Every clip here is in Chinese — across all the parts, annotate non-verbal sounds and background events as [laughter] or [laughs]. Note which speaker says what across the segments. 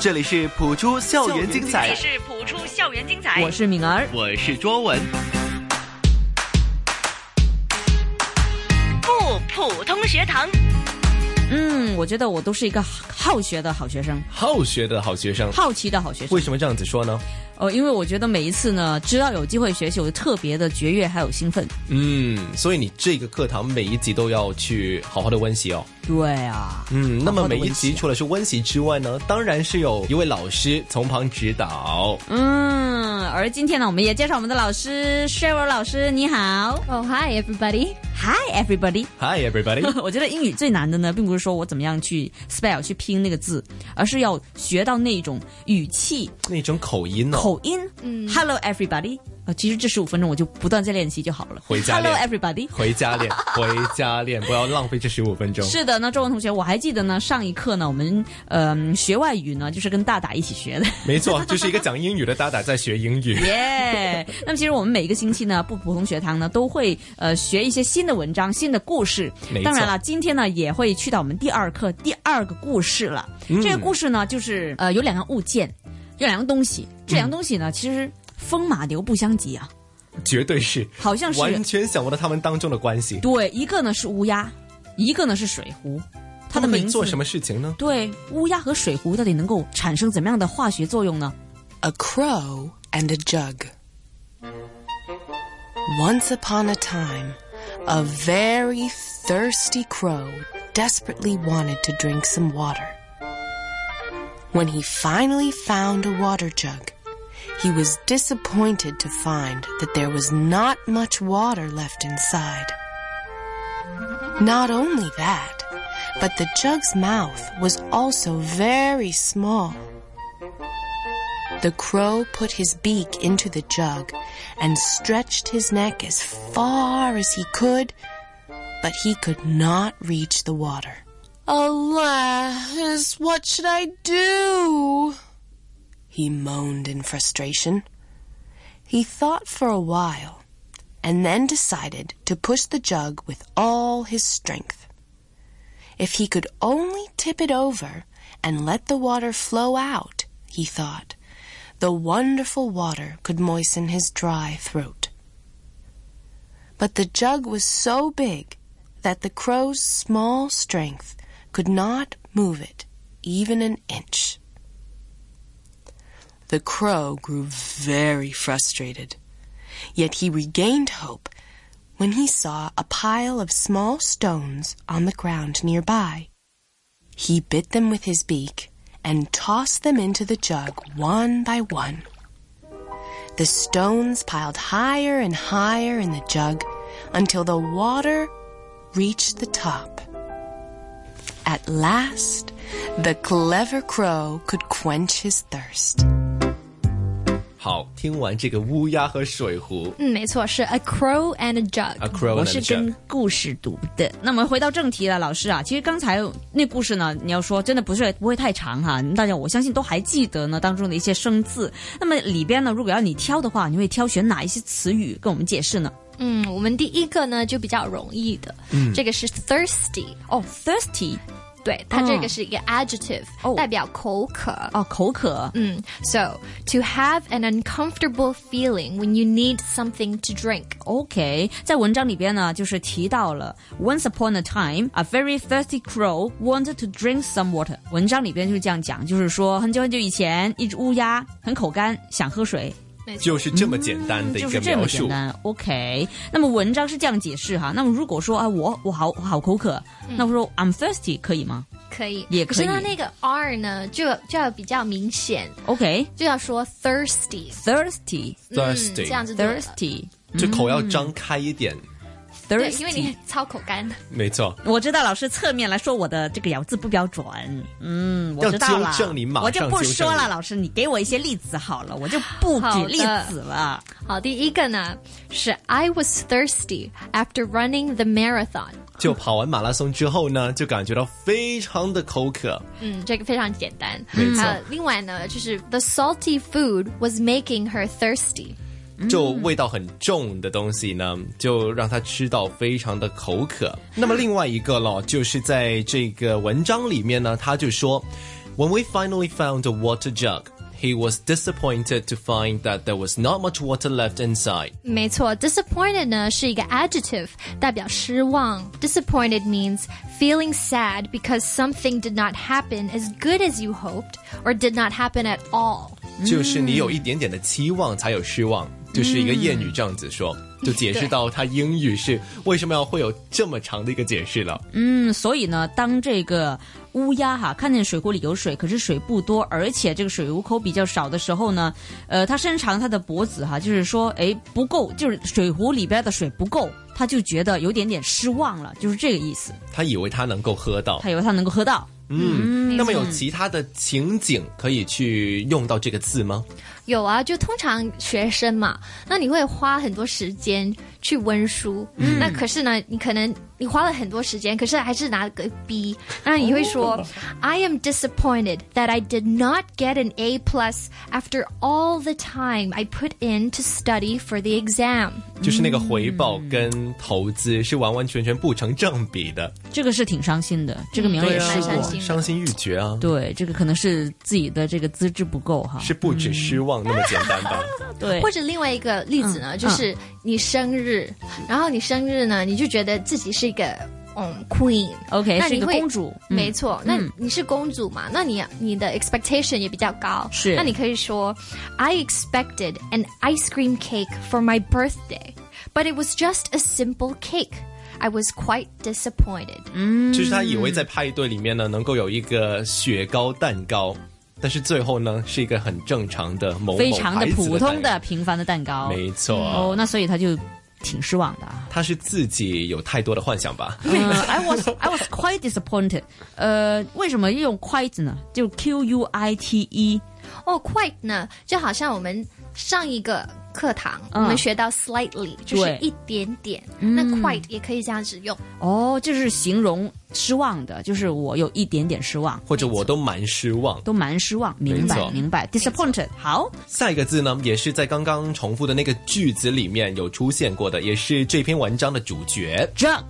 Speaker 1: 这里是普出校园精
Speaker 2: 这里
Speaker 1: 彩，
Speaker 2: 是普出校园精彩，
Speaker 3: 我是敏儿，
Speaker 1: 我是卓文。
Speaker 2: 不普通学堂。
Speaker 3: 嗯，我觉得我都是一个好学的好学生，
Speaker 4: 好学的好学生。
Speaker 3: 好奇的好学生
Speaker 4: 为。什么这样子说呢？
Speaker 3: 呃，因为我觉得每一次呢，只要有机会学习，我就特别的雀跃还有兴奋。
Speaker 4: 嗯，所以你这个课堂每一集都要去好好的温习哦。
Speaker 3: 对啊，
Speaker 4: 嗯，那
Speaker 3: 好
Speaker 4: 么
Speaker 3: 好地
Speaker 4: 每一
Speaker 3: 温习
Speaker 4: 集除了是温习之外呢，当然是有一位老师从旁指导。
Speaker 3: 嗯，而今天呢，我们也介绍我们的老师 Cheryl 老师，你好
Speaker 5: Oh, hi, everybody.
Speaker 3: ，Hi everybody。 [laughs]
Speaker 4: Hi everybody，
Speaker 3: 我觉得英语最难的呢，并不是说我怎么样去 spell 去拼那个字，而是要学到那种语气、
Speaker 4: 那种口音哦，
Speaker 3: 口音。嗯，Hello everybody。呃，其实这十五分钟我就不断在练习就好了。
Speaker 4: 回家
Speaker 3: Hello
Speaker 4: 练
Speaker 3: everybody。
Speaker 4: 回家练，回家练，不要浪费这十五分钟。
Speaker 3: 是的，那周文同学，我还记得呢，上一课呢，我们嗯、学外语呢，就是跟大大一起学
Speaker 4: [laughs]
Speaker 3: 的。
Speaker 4: 没错，就是一个讲英语的大大在学英语。
Speaker 3: 耶！那么其实我们每一个星期呢，不普通学堂呢都会呃学一些新的文章、新的故事
Speaker 4: 没。错
Speaker 3: 当然了，今天呢也会去到我们第二课第二个故事了。
Speaker 4: 嗯
Speaker 3: 这个故事呢就是呃有两样物件，有两样东西，这两样东西呢、其实风马牛不相及啊，
Speaker 4: 绝对是，
Speaker 3: 好像是
Speaker 4: 完全想不到他们当中的关系。
Speaker 3: 对，一个呢是乌鸦，一个呢是水壶，它的
Speaker 4: 们会
Speaker 3: 名字
Speaker 4: 做什么事情呢？
Speaker 3: 对，乌鸦和水壶到底能够产生怎么样的化学作用呢？
Speaker 6: A Crow and a Jug. Once upon a time, a very thirsty crow desperately wanted to drink some water. When he finally found a water jug, he was disappointed to find that there was not much water left inside. Not only that, but the jug's mouth was also very small. The crow put his beak into the jug and stretched his neck as far as he could, but he could not reach the water. Alas, what should I do? He moaned in frustration. He thought for a while and then decided to push the jug with all his strength. If he could only tip it over and let the water flow out, he thought, the wonderful water could moisten his dry throat. But the jug was so big that the crow's small strength could not move it even an inch. The crow grew very frustrated, yet he regained hope when he saw a pile of small stones on the ground nearby. He bit them with his beak and tossed them into the jug one by one. The stones piled higher and higher in the jug until the water reached the top. At last, the clever crow could quench his thirst.
Speaker 4: 好，听完这个乌鸦和水壶
Speaker 5: 嗯，没错，是 a crow and a jug。
Speaker 4: ，A Crow
Speaker 3: 嗯我
Speaker 4: and a
Speaker 3: 是
Speaker 4: Jug
Speaker 3: 跟故事读的。那么回到正题了，老师啊，其实刚才那故事呢，你要说真的不是不会太长哈，大家我相信都还记得呢当中的一些生字。那么里边呢，如果要你挑的话，你会挑选哪一些词语跟我们解释呢
Speaker 5: 嗯，我们第一个呢就比较容易的，嗯，这个是 thirsty，
Speaker 3: 哦，thirsty
Speaker 5: 对，它这
Speaker 3: 嗯
Speaker 5: 个是一个 adjective，、
Speaker 3: 哦
Speaker 5: 代表口渴。
Speaker 3: 哦，口渴。
Speaker 5: 嗯，so to have an uncomfortable feeling when you need something to drink。
Speaker 3: OK，在文章里边呢，就是提到了 Once upon a time, a very thirsty crow wanted to drink some water。文章里边就是这样讲，就是说很久很久以前，一只乌鸦很口干，想喝水，
Speaker 4: 就是这么简单的一
Speaker 3: 嗯就是
Speaker 4: 个
Speaker 3: 这
Speaker 4: 描
Speaker 3: 么简
Speaker 4: 述。
Speaker 3: 单。OK，那么文章是这样解释哈。那么如果说啊，我我好我好口渴，
Speaker 5: 嗯
Speaker 3: 那我说 I'm thirsty 可以吗
Speaker 5: 可以，
Speaker 3: 也
Speaker 5: 可
Speaker 3: 可
Speaker 5: 是它
Speaker 3: 以
Speaker 5: 那个 r 呢，就就要比较明显，
Speaker 3: ？OK，thirsty、
Speaker 5: 就要说 thirsty，嗯，这样
Speaker 4: Thirsty，
Speaker 5: 子读
Speaker 3: thirsty
Speaker 4: 这口要张开一点，
Speaker 5: 对，因为你
Speaker 3: thirsty。
Speaker 5: 超口干。
Speaker 4: 没错。
Speaker 3: [laughs] 我知道老师侧面来说我的这个咬字不标准，嗯，我
Speaker 4: 要
Speaker 3: 知道了
Speaker 4: 纠正你马，上
Speaker 3: 我就不
Speaker 4: 纠正
Speaker 3: 说了，
Speaker 4: 你
Speaker 3: 老师，你给我一些例子好了，我就不
Speaker 5: 好
Speaker 3: 举
Speaker 5: 的
Speaker 3: 例子了。
Speaker 5: 好，第一个呢是 I was thirsty after running the marathon。
Speaker 4: 就跑完马拉松之后呢，就感觉到非常的口渴。
Speaker 5: 嗯，这个非常简单。
Speaker 4: 没错
Speaker 5: 还有另外呢，就是 the salty food was making her thirsty。
Speaker 3: 嗯
Speaker 4: 就味道很重的东西呢，就让他吃到非常的口渴。那么另外一个咯，就是在这个文章里面呢，他就说 When we finally found a water jug, he was disappointed to find that there was not much water left inside.
Speaker 5: 没错，disappointed 呢是一个 adjective，代表失望。Disappointed means feeling sad because something did not happen as good as you hoped, or did not happen at all。
Speaker 4: 就是你
Speaker 5: 嗯
Speaker 4: 有一点点的期望才有失望，就是一个谚语这样子说，就解释到他英语是为什么要会有这么长的一个解释了。
Speaker 3: 嗯，所以呢，当这个乌鸦哈看见水库里有水，可是水不多，而且这个水壶口比较少的时候呢，呃，它伸长它的脖子哈，就是说，哎，不够，就是水壶里边的水不够，它就觉得有点点失望了，就是这个意思。
Speaker 4: 他以为他能够喝到
Speaker 3: 它，以为它能够喝到。
Speaker 5: 嗯
Speaker 4: 那么有其他的情景可以去用到这个字吗？
Speaker 5: 有啊，就通常学生嘛，那你会花很多时间去温书，那可是呢，你可能你花了很多时间，可是还是拿了个 B，那你会说、i am disappointed that I did not get an A plus after all the time I put in to study for the exam。
Speaker 4: 就是那个回报
Speaker 5: 嗯
Speaker 4: 跟投资是完完全全不成正比的，
Speaker 3: 这个是挺伤心的，这个名儿也
Speaker 5: 对啊
Speaker 3: 试
Speaker 5: 蛮
Speaker 3: 过
Speaker 5: 伤。心的
Speaker 4: 伤心欲绝啊！
Speaker 3: 对，这个可能是自己的这个资质不够哈。
Speaker 4: 是不止失望那么简单
Speaker 5: [laughs]
Speaker 4: 吧？
Speaker 3: 对
Speaker 5: 或，者另外一个例子呢，
Speaker 3: 嗯
Speaker 5: 就是你生日，然后你生日呢，你就觉得自己是一个嗯 queen。
Speaker 3: OK，
Speaker 5: 那
Speaker 3: 是一
Speaker 5: 你
Speaker 3: 个
Speaker 5: 会
Speaker 3: 公主，嗯
Speaker 5: 没错，那你是公主嘛？那你你的 expectation 也比较高，
Speaker 3: 是
Speaker 5: 那你可以说，I expected an ice cream cake for my birthday, but it was just a simple cake. I was quite disappointed.
Speaker 3: 嗯
Speaker 4: 就是他以为在派对里面呢能够有一个雪糕蛋糕，但是最后呢是一个很正常的某某
Speaker 3: 非常的
Speaker 4: 牌子
Speaker 3: 普通
Speaker 4: 蛋
Speaker 3: 的平凡的蛋
Speaker 4: 糕，
Speaker 3: 糕。
Speaker 4: 没错。
Speaker 3: 哦，那所以他就挺失望的啊。
Speaker 4: 他是自己有太多的幻想吧？
Speaker 3: 呃 I was I was quite disappointed。呃，为什么用 quite 呢？就 Q U I T E。
Speaker 5: 哦、q u i t e 呢，就好像我们上一个课堂、
Speaker 3: 嗯
Speaker 5: 我们学到 slightly，就是
Speaker 3: 对嗯
Speaker 5: 一点点，那 quite 也可以这样子用。
Speaker 3: 哦，就是形容失望的，就是我有一点点失望，
Speaker 4: 或者我都蛮失望。
Speaker 3: 都蛮失望。明
Speaker 4: 没
Speaker 3: 白，
Speaker 4: 错
Speaker 3: 明白。disappointed。好，
Speaker 4: 下一个字呢，也是在刚刚重复的那个句子里面有出现过的，也是这篇文章的主角。
Speaker 3: jug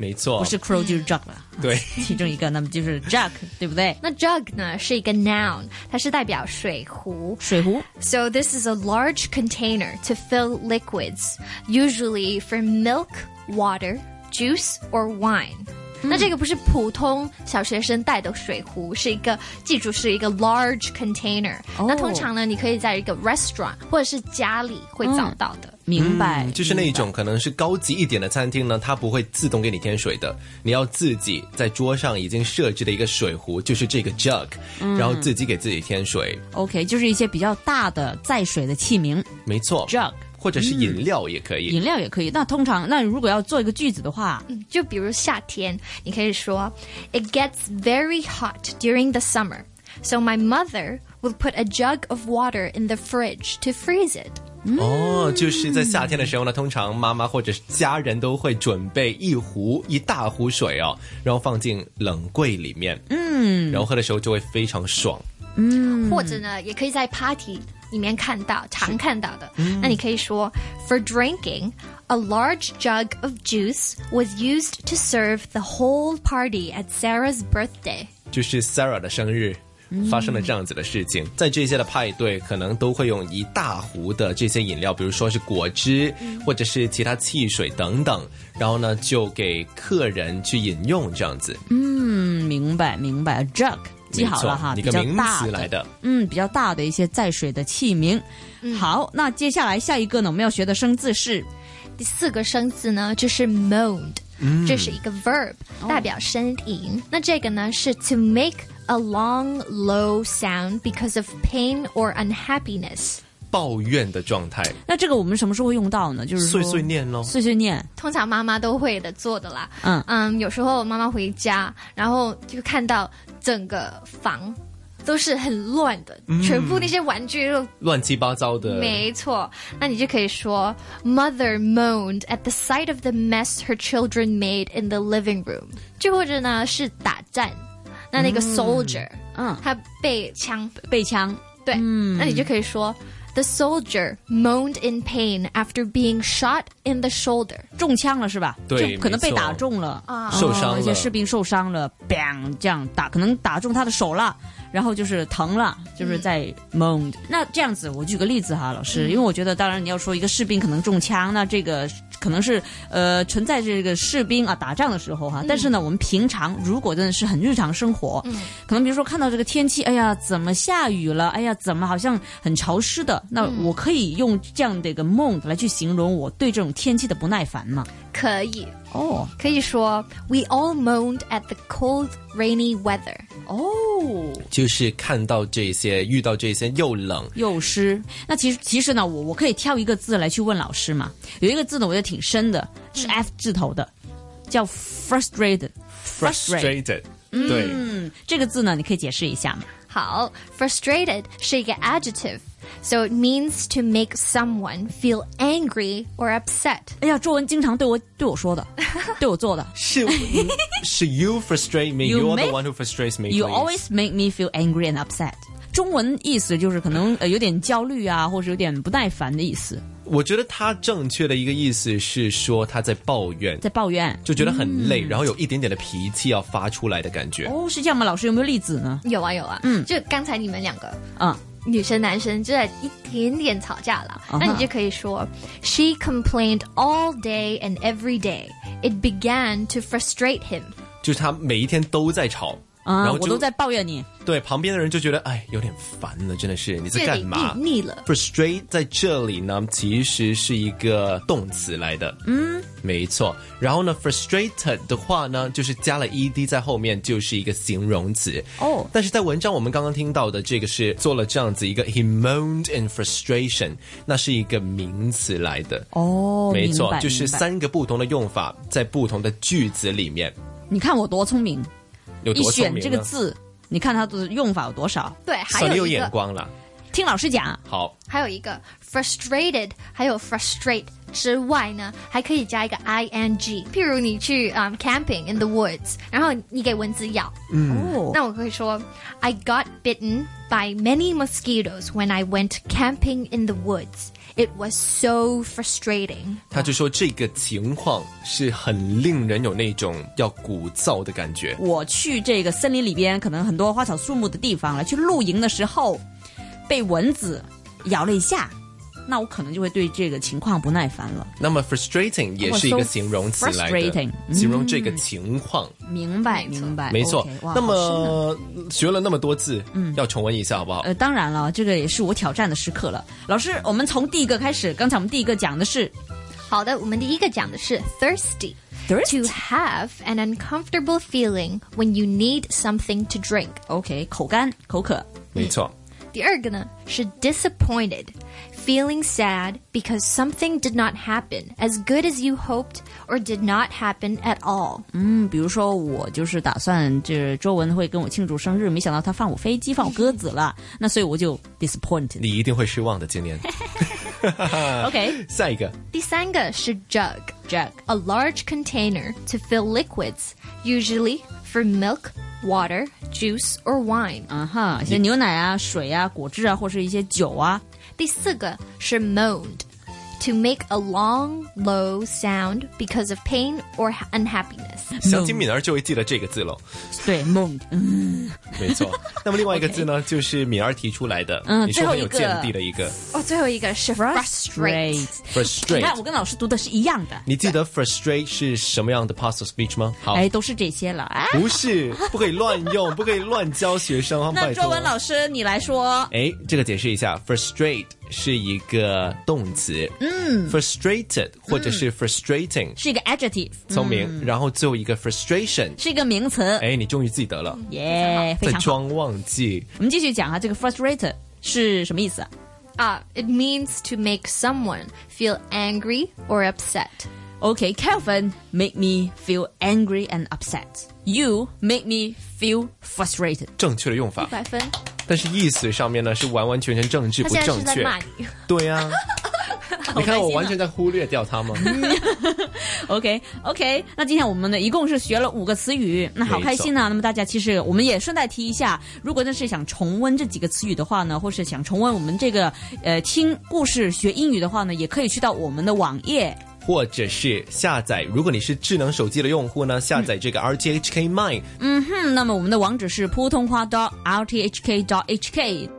Speaker 4: 没错，
Speaker 3: 不是 crow 就是 jug 了，
Speaker 4: 对，
Speaker 3: 其中一个，那么就是 jug，对不对？
Speaker 5: 那 jug 呢是一个 noun，它是代表水壶。
Speaker 3: 水壶
Speaker 4: 嗯
Speaker 5: So this is a large container to fill liquids, usually for milk, water, juice or wine. 那这个不是普通小学生带的水壶，是一个记住是一个 large container。
Speaker 3: 哦
Speaker 5: 那通常呢，你可以在一个 restaurant 或者是家里会找到的。
Speaker 3: 明白，
Speaker 4: 就是那一种可能是高级一点的餐厅呢，它不会自动给你添水的，你要自己在桌上已经设置的一个水壶，就是这个 jug，、然
Speaker 3: 嗯
Speaker 4: 后自己给自己添水。
Speaker 3: OK，就是一些比较大的载水的器皿
Speaker 4: 没错
Speaker 3: jug，嗯
Speaker 4: 或者是饮料也可以。
Speaker 3: 饮料也可以。那通常，那如果要做一个句子的话，
Speaker 5: 就比如夏天，你可以说 It gets very hot during the summer, so my mother will put a jug of water in the fridge to freeze it.
Speaker 4: 哦，就是在夏天的时候呢，通常妈妈或者是家人都会准备一壶一大壶水哦，然后放进冷柜里面，嗯，然后喝的时候就会非常爽。
Speaker 5: 或者呢，也可以在 party 里面看到，常看到的。那你可以说，For drinking, a large jug of juice was used to serve the whole party at Sarah's birthday。
Speaker 4: 就是 Sarah 的生日。
Speaker 3: 嗯
Speaker 4: 发生了这样子的事情，在这些的派对，可能都会用一大壶的这些饮料，比如说是果汁，
Speaker 3: 嗯
Speaker 4: 或者是其他汽水等等，然后呢，就给客人去饮用这样子。
Speaker 3: 嗯，明白明白，jug 记好了哈，
Speaker 4: 没
Speaker 3: 比
Speaker 4: 错
Speaker 3: 较
Speaker 4: 一个名
Speaker 3: 大
Speaker 4: 词来的，
Speaker 3: 嗯，比较大的一些载水的器皿。好，那接下来下一个呢，我们要学的生字是
Speaker 5: 第四个生字呢，就是 moaned，、这是一个 verb，代表呻吟。那这个呢是 to make a long low sound because of pain or unhappiness。
Speaker 4: 抱怨的状态，
Speaker 3: 那这个我们什么时候会用到呢？就是说
Speaker 4: 碎碎，念咯。
Speaker 3: 碎碎念，
Speaker 5: 通常妈妈都会的做的啦。
Speaker 3: 嗯
Speaker 5: 嗯，有时候妈妈回家，然后就看到整个房都是很乱的，全部那些玩具都
Speaker 4: 乱七八糟的，
Speaker 5: 没错。那你就可以说，Mother moaned at the sight of the mess her children made in the living room。就或者呢是打战，那那个 soldier，
Speaker 3: 嗯
Speaker 5: 他被枪
Speaker 3: 背枪。
Speaker 5: 对，那你就可以说。The soldier moaned in pain after being shot in the shoulder。
Speaker 3: 中枪了是吧？
Speaker 4: 对
Speaker 3: 就可能被
Speaker 4: 没错
Speaker 3: 打中了，
Speaker 4: 受伤了
Speaker 3: 而且士兵受伤了，bang 这样打，可能打中他的手了，然后就是疼了，就是在蒙。那这样子，我举个例子哈，老师，因为我觉得，当然你要说一个士兵可能中枪，那这个可能是呃存在这个士兵啊打仗的时候哈。但是呢，我们平常如果真的是很日常生活，可能比如说看到这个天气，哎呀，怎么下雨了？哎呀，怎么好像很潮湿的？那我可以用这样的一个梦来去形容我对这种天气的不耐烦嘛？
Speaker 5: 可以
Speaker 3: 哦
Speaker 5: 可以说 We all moaned at the cold, rainy weather。
Speaker 3: 哦，
Speaker 4: 就是看到这些，遇到这些又冷，
Speaker 3: 幼师。那其实其实呢，我我可以挑一个字来去问老师嘛。有一个字呢，我觉得挺深的，是
Speaker 4: 嗯
Speaker 3: F 字头的，叫 frustrated。
Speaker 4: frustrated，对，
Speaker 3: 嗯，这个字呢，你可以解释一下吗？
Speaker 5: 好，frustrated 是一个 adjective。So it means to make someone feel angry or upset。
Speaker 3: 哎呀，作文经常对我对我
Speaker 4: [laughs]
Speaker 3: 说的，对我做的。
Speaker 4: 是是 you frustrate me,
Speaker 3: [laughs] You
Speaker 4: you are the
Speaker 3: make-
Speaker 4: one who frustrates me.
Speaker 3: You
Speaker 4: please.
Speaker 3: always make me feel angry and upset。中文意思就是可能呃有点焦虑啊，或者有点不耐烦的意思，
Speaker 4: 我觉得他正确的一个意思是说他在抱怨，
Speaker 3: 在抱怨。
Speaker 4: 就觉得很累，然后有一点点的脾气要发出来的感觉。
Speaker 3: 哦，是这样吗？老师有没有例子呢？
Speaker 5: 有啊有啊，嗯，就刚才你们两个
Speaker 3: 嗯，
Speaker 5: 女生男生就在一点点吵架了
Speaker 3: 啊哈
Speaker 5: 那你就可以说，She complained all day and every day. It began to frustrate him.
Speaker 4: 就是他每一天都在吵，然
Speaker 3: 啊，
Speaker 4: 后
Speaker 3: 我
Speaker 4: 就
Speaker 3: 都在抱怨你。
Speaker 4: 对旁边的人就觉得哎有点烦了，真的是你在
Speaker 5: 这
Speaker 4: 干
Speaker 5: 里
Speaker 4: 嘛
Speaker 5: 腻腻了。
Speaker 4: ？frustrate 在这里呢，其实是一个动词来的，嗯，没错。然后呢，frustrated 的话呢，就是加了 ed 在后面，就是一个形容词。
Speaker 3: 哦
Speaker 4: 但是在文章我们刚刚听到的这个是做了这样子一个 he moaned in frustration，那是一个名词来的。
Speaker 3: 哦，
Speaker 4: 没
Speaker 3: 明
Speaker 4: 错，
Speaker 3: 白
Speaker 4: 就是。
Speaker 3: 明白
Speaker 4: 三个不同的用法，在不同的句子里面
Speaker 3: 你看我多聪明，
Speaker 4: 有
Speaker 3: 一
Speaker 4: 多聪明
Speaker 3: 选
Speaker 4: 呢
Speaker 3: 这个字，你看它的用法有多少？
Speaker 5: 对，还
Speaker 4: 算你有
Speaker 5: 有一个
Speaker 4: 眼，光了。
Speaker 3: 听老师讲，
Speaker 4: 好，
Speaker 5: 还有一个 frustrated，还有 frustrate 之外呢，还可以加一个 ing。譬如你去嗯 camping in the woods，然后你给蚊子咬，
Speaker 3: 哦，
Speaker 5: 那我会说 I got bitten by many mosquitoes when I went camping in the woods. It was so frustrating.
Speaker 4: 他就说这个情况是很令人有那种要鼓噪的感觉。
Speaker 3: 我去这个森林里边，可能很多花草树木的地方来去露营的时候，被蚊子咬了一下，那我可能就会对这个情况不耐烦了。
Speaker 4: 那么 frustrating 也是一个形容词来
Speaker 3: frustrating，
Speaker 4: 的，
Speaker 3: 嗯
Speaker 4: 形容这个情况。
Speaker 3: 明白，
Speaker 5: 没错
Speaker 3: 明白，
Speaker 4: 没错
Speaker 3: OK，哇
Speaker 4: 那
Speaker 3: 好深啊
Speaker 4: 么学了那么多字，嗯，要重温一下好不好？
Speaker 3: 呃，当然了，这个也是我挑战的时刻了。老师，我们从第一个开始，刚才我们第一个讲的是
Speaker 5: 好的，我们第一个讲的是 thirsty。
Speaker 3: Thirsty
Speaker 5: To have an uncomfortable feeling when you need something to drink。
Speaker 3: OK 口干口渴，
Speaker 4: 没错，
Speaker 5: 第二个呢是 disappointed。Feeling sad because something did not happen as good as you hoped or did not happen at all。
Speaker 3: 嗯，比如说我就是打算这周文会跟我庆祝生日，没想到他放我飞机放我鸽子了，那所以我就 disappointed。
Speaker 4: 你一定会失望的。今
Speaker 3: [laughs]
Speaker 4: 年
Speaker 3: OK
Speaker 4: 下一个，
Speaker 5: 第三个是 jug。
Speaker 3: Jack，
Speaker 5: A large container to fill liquids, usually for milk, water, juice, or wine.
Speaker 3: 啊哈，一些牛奶啊、水啊、果汁啊，或是一些酒啊。
Speaker 5: 第四个是 moaned, to make a long, low sound because of pain or ha- unhappiness.
Speaker 4: 想起敏儿就会记得这个字喽。
Speaker 3: 对，梦。
Speaker 4: 没
Speaker 3: [laughs]
Speaker 4: 错。那么另外一个字呢，就是敏儿提出来的，
Speaker 3: 嗯
Speaker 4: 你说很有
Speaker 3: 最后一个
Speaker 4: 见地的一个
Speaker 5: 哦，最后一个是
Speaker 3: Frustrate
Speaker 5: frustrate。
Speaker 3: 你看，
Speaker 4: frustrate
Speaker 3: 我。跟老师读的是一样的。
Speaker 4: 你记得 frustrate 是什么样的 past speech 吗？好，
Speaker 3: 哎，都是这些了 [laughs] 啊。
Speaker 4: 不是，不可以乱用，不可以乱教学生啊！
Speaker 3: 那
Speaker 4: 拜托
Speaker 3: 周文老师，你来说。
Speaker 4: 哎，这个解释一下，frustrate 是一个动词，嗯，frustrated 或者是 frustrating，、
Speaker 3: 是一个 adjective，
Speaker 4: 聪明。然后最后一个 frustration，
Speaker 3: 是一个名词。
Speaker 4: 哎，你终于记得了，
Speaker 3: 耶，哎非
Speaker 4: 在
Speaker 3: 常好。
Speaker 4: 装忘记。
Speaker 3: 我们继续讲啊，这个 frustrated 是什么意思啊
Speaker 5: Uh, it means to make someone feel angry or upset.
Speaker 3: ？OK，Calvin、make me feel angry and upset. You make me feel frustrated.
Speaker 4: 正确的用法，
Speaker 5: 100分。
Speaker 4: 但是意思上面呢是完完全全政治不正确。
Speaker 5: 他现在是在骂你。
Speaker 4: 对啊，你看我
Speaker 3: 好开心啊
Speaker 4: 完全在忽略掉它吗？
Speaker 3: OK OK，那今天我们呢一共是学了五个词语，那好开心啊呐、那么大家其实我们也顺带提一下，如果真是想重温这几个词语的话呢，或是想重温我们这个呃听故事学英语的话呢，也可以去到我们的网页。
Speaker 4: 或者是下载。如果你是智能手机的用户呢，下载这个 RTHK Mine，
Speaker 3: 嗯哼，那么我们的网址是普通话 .rthk.hk。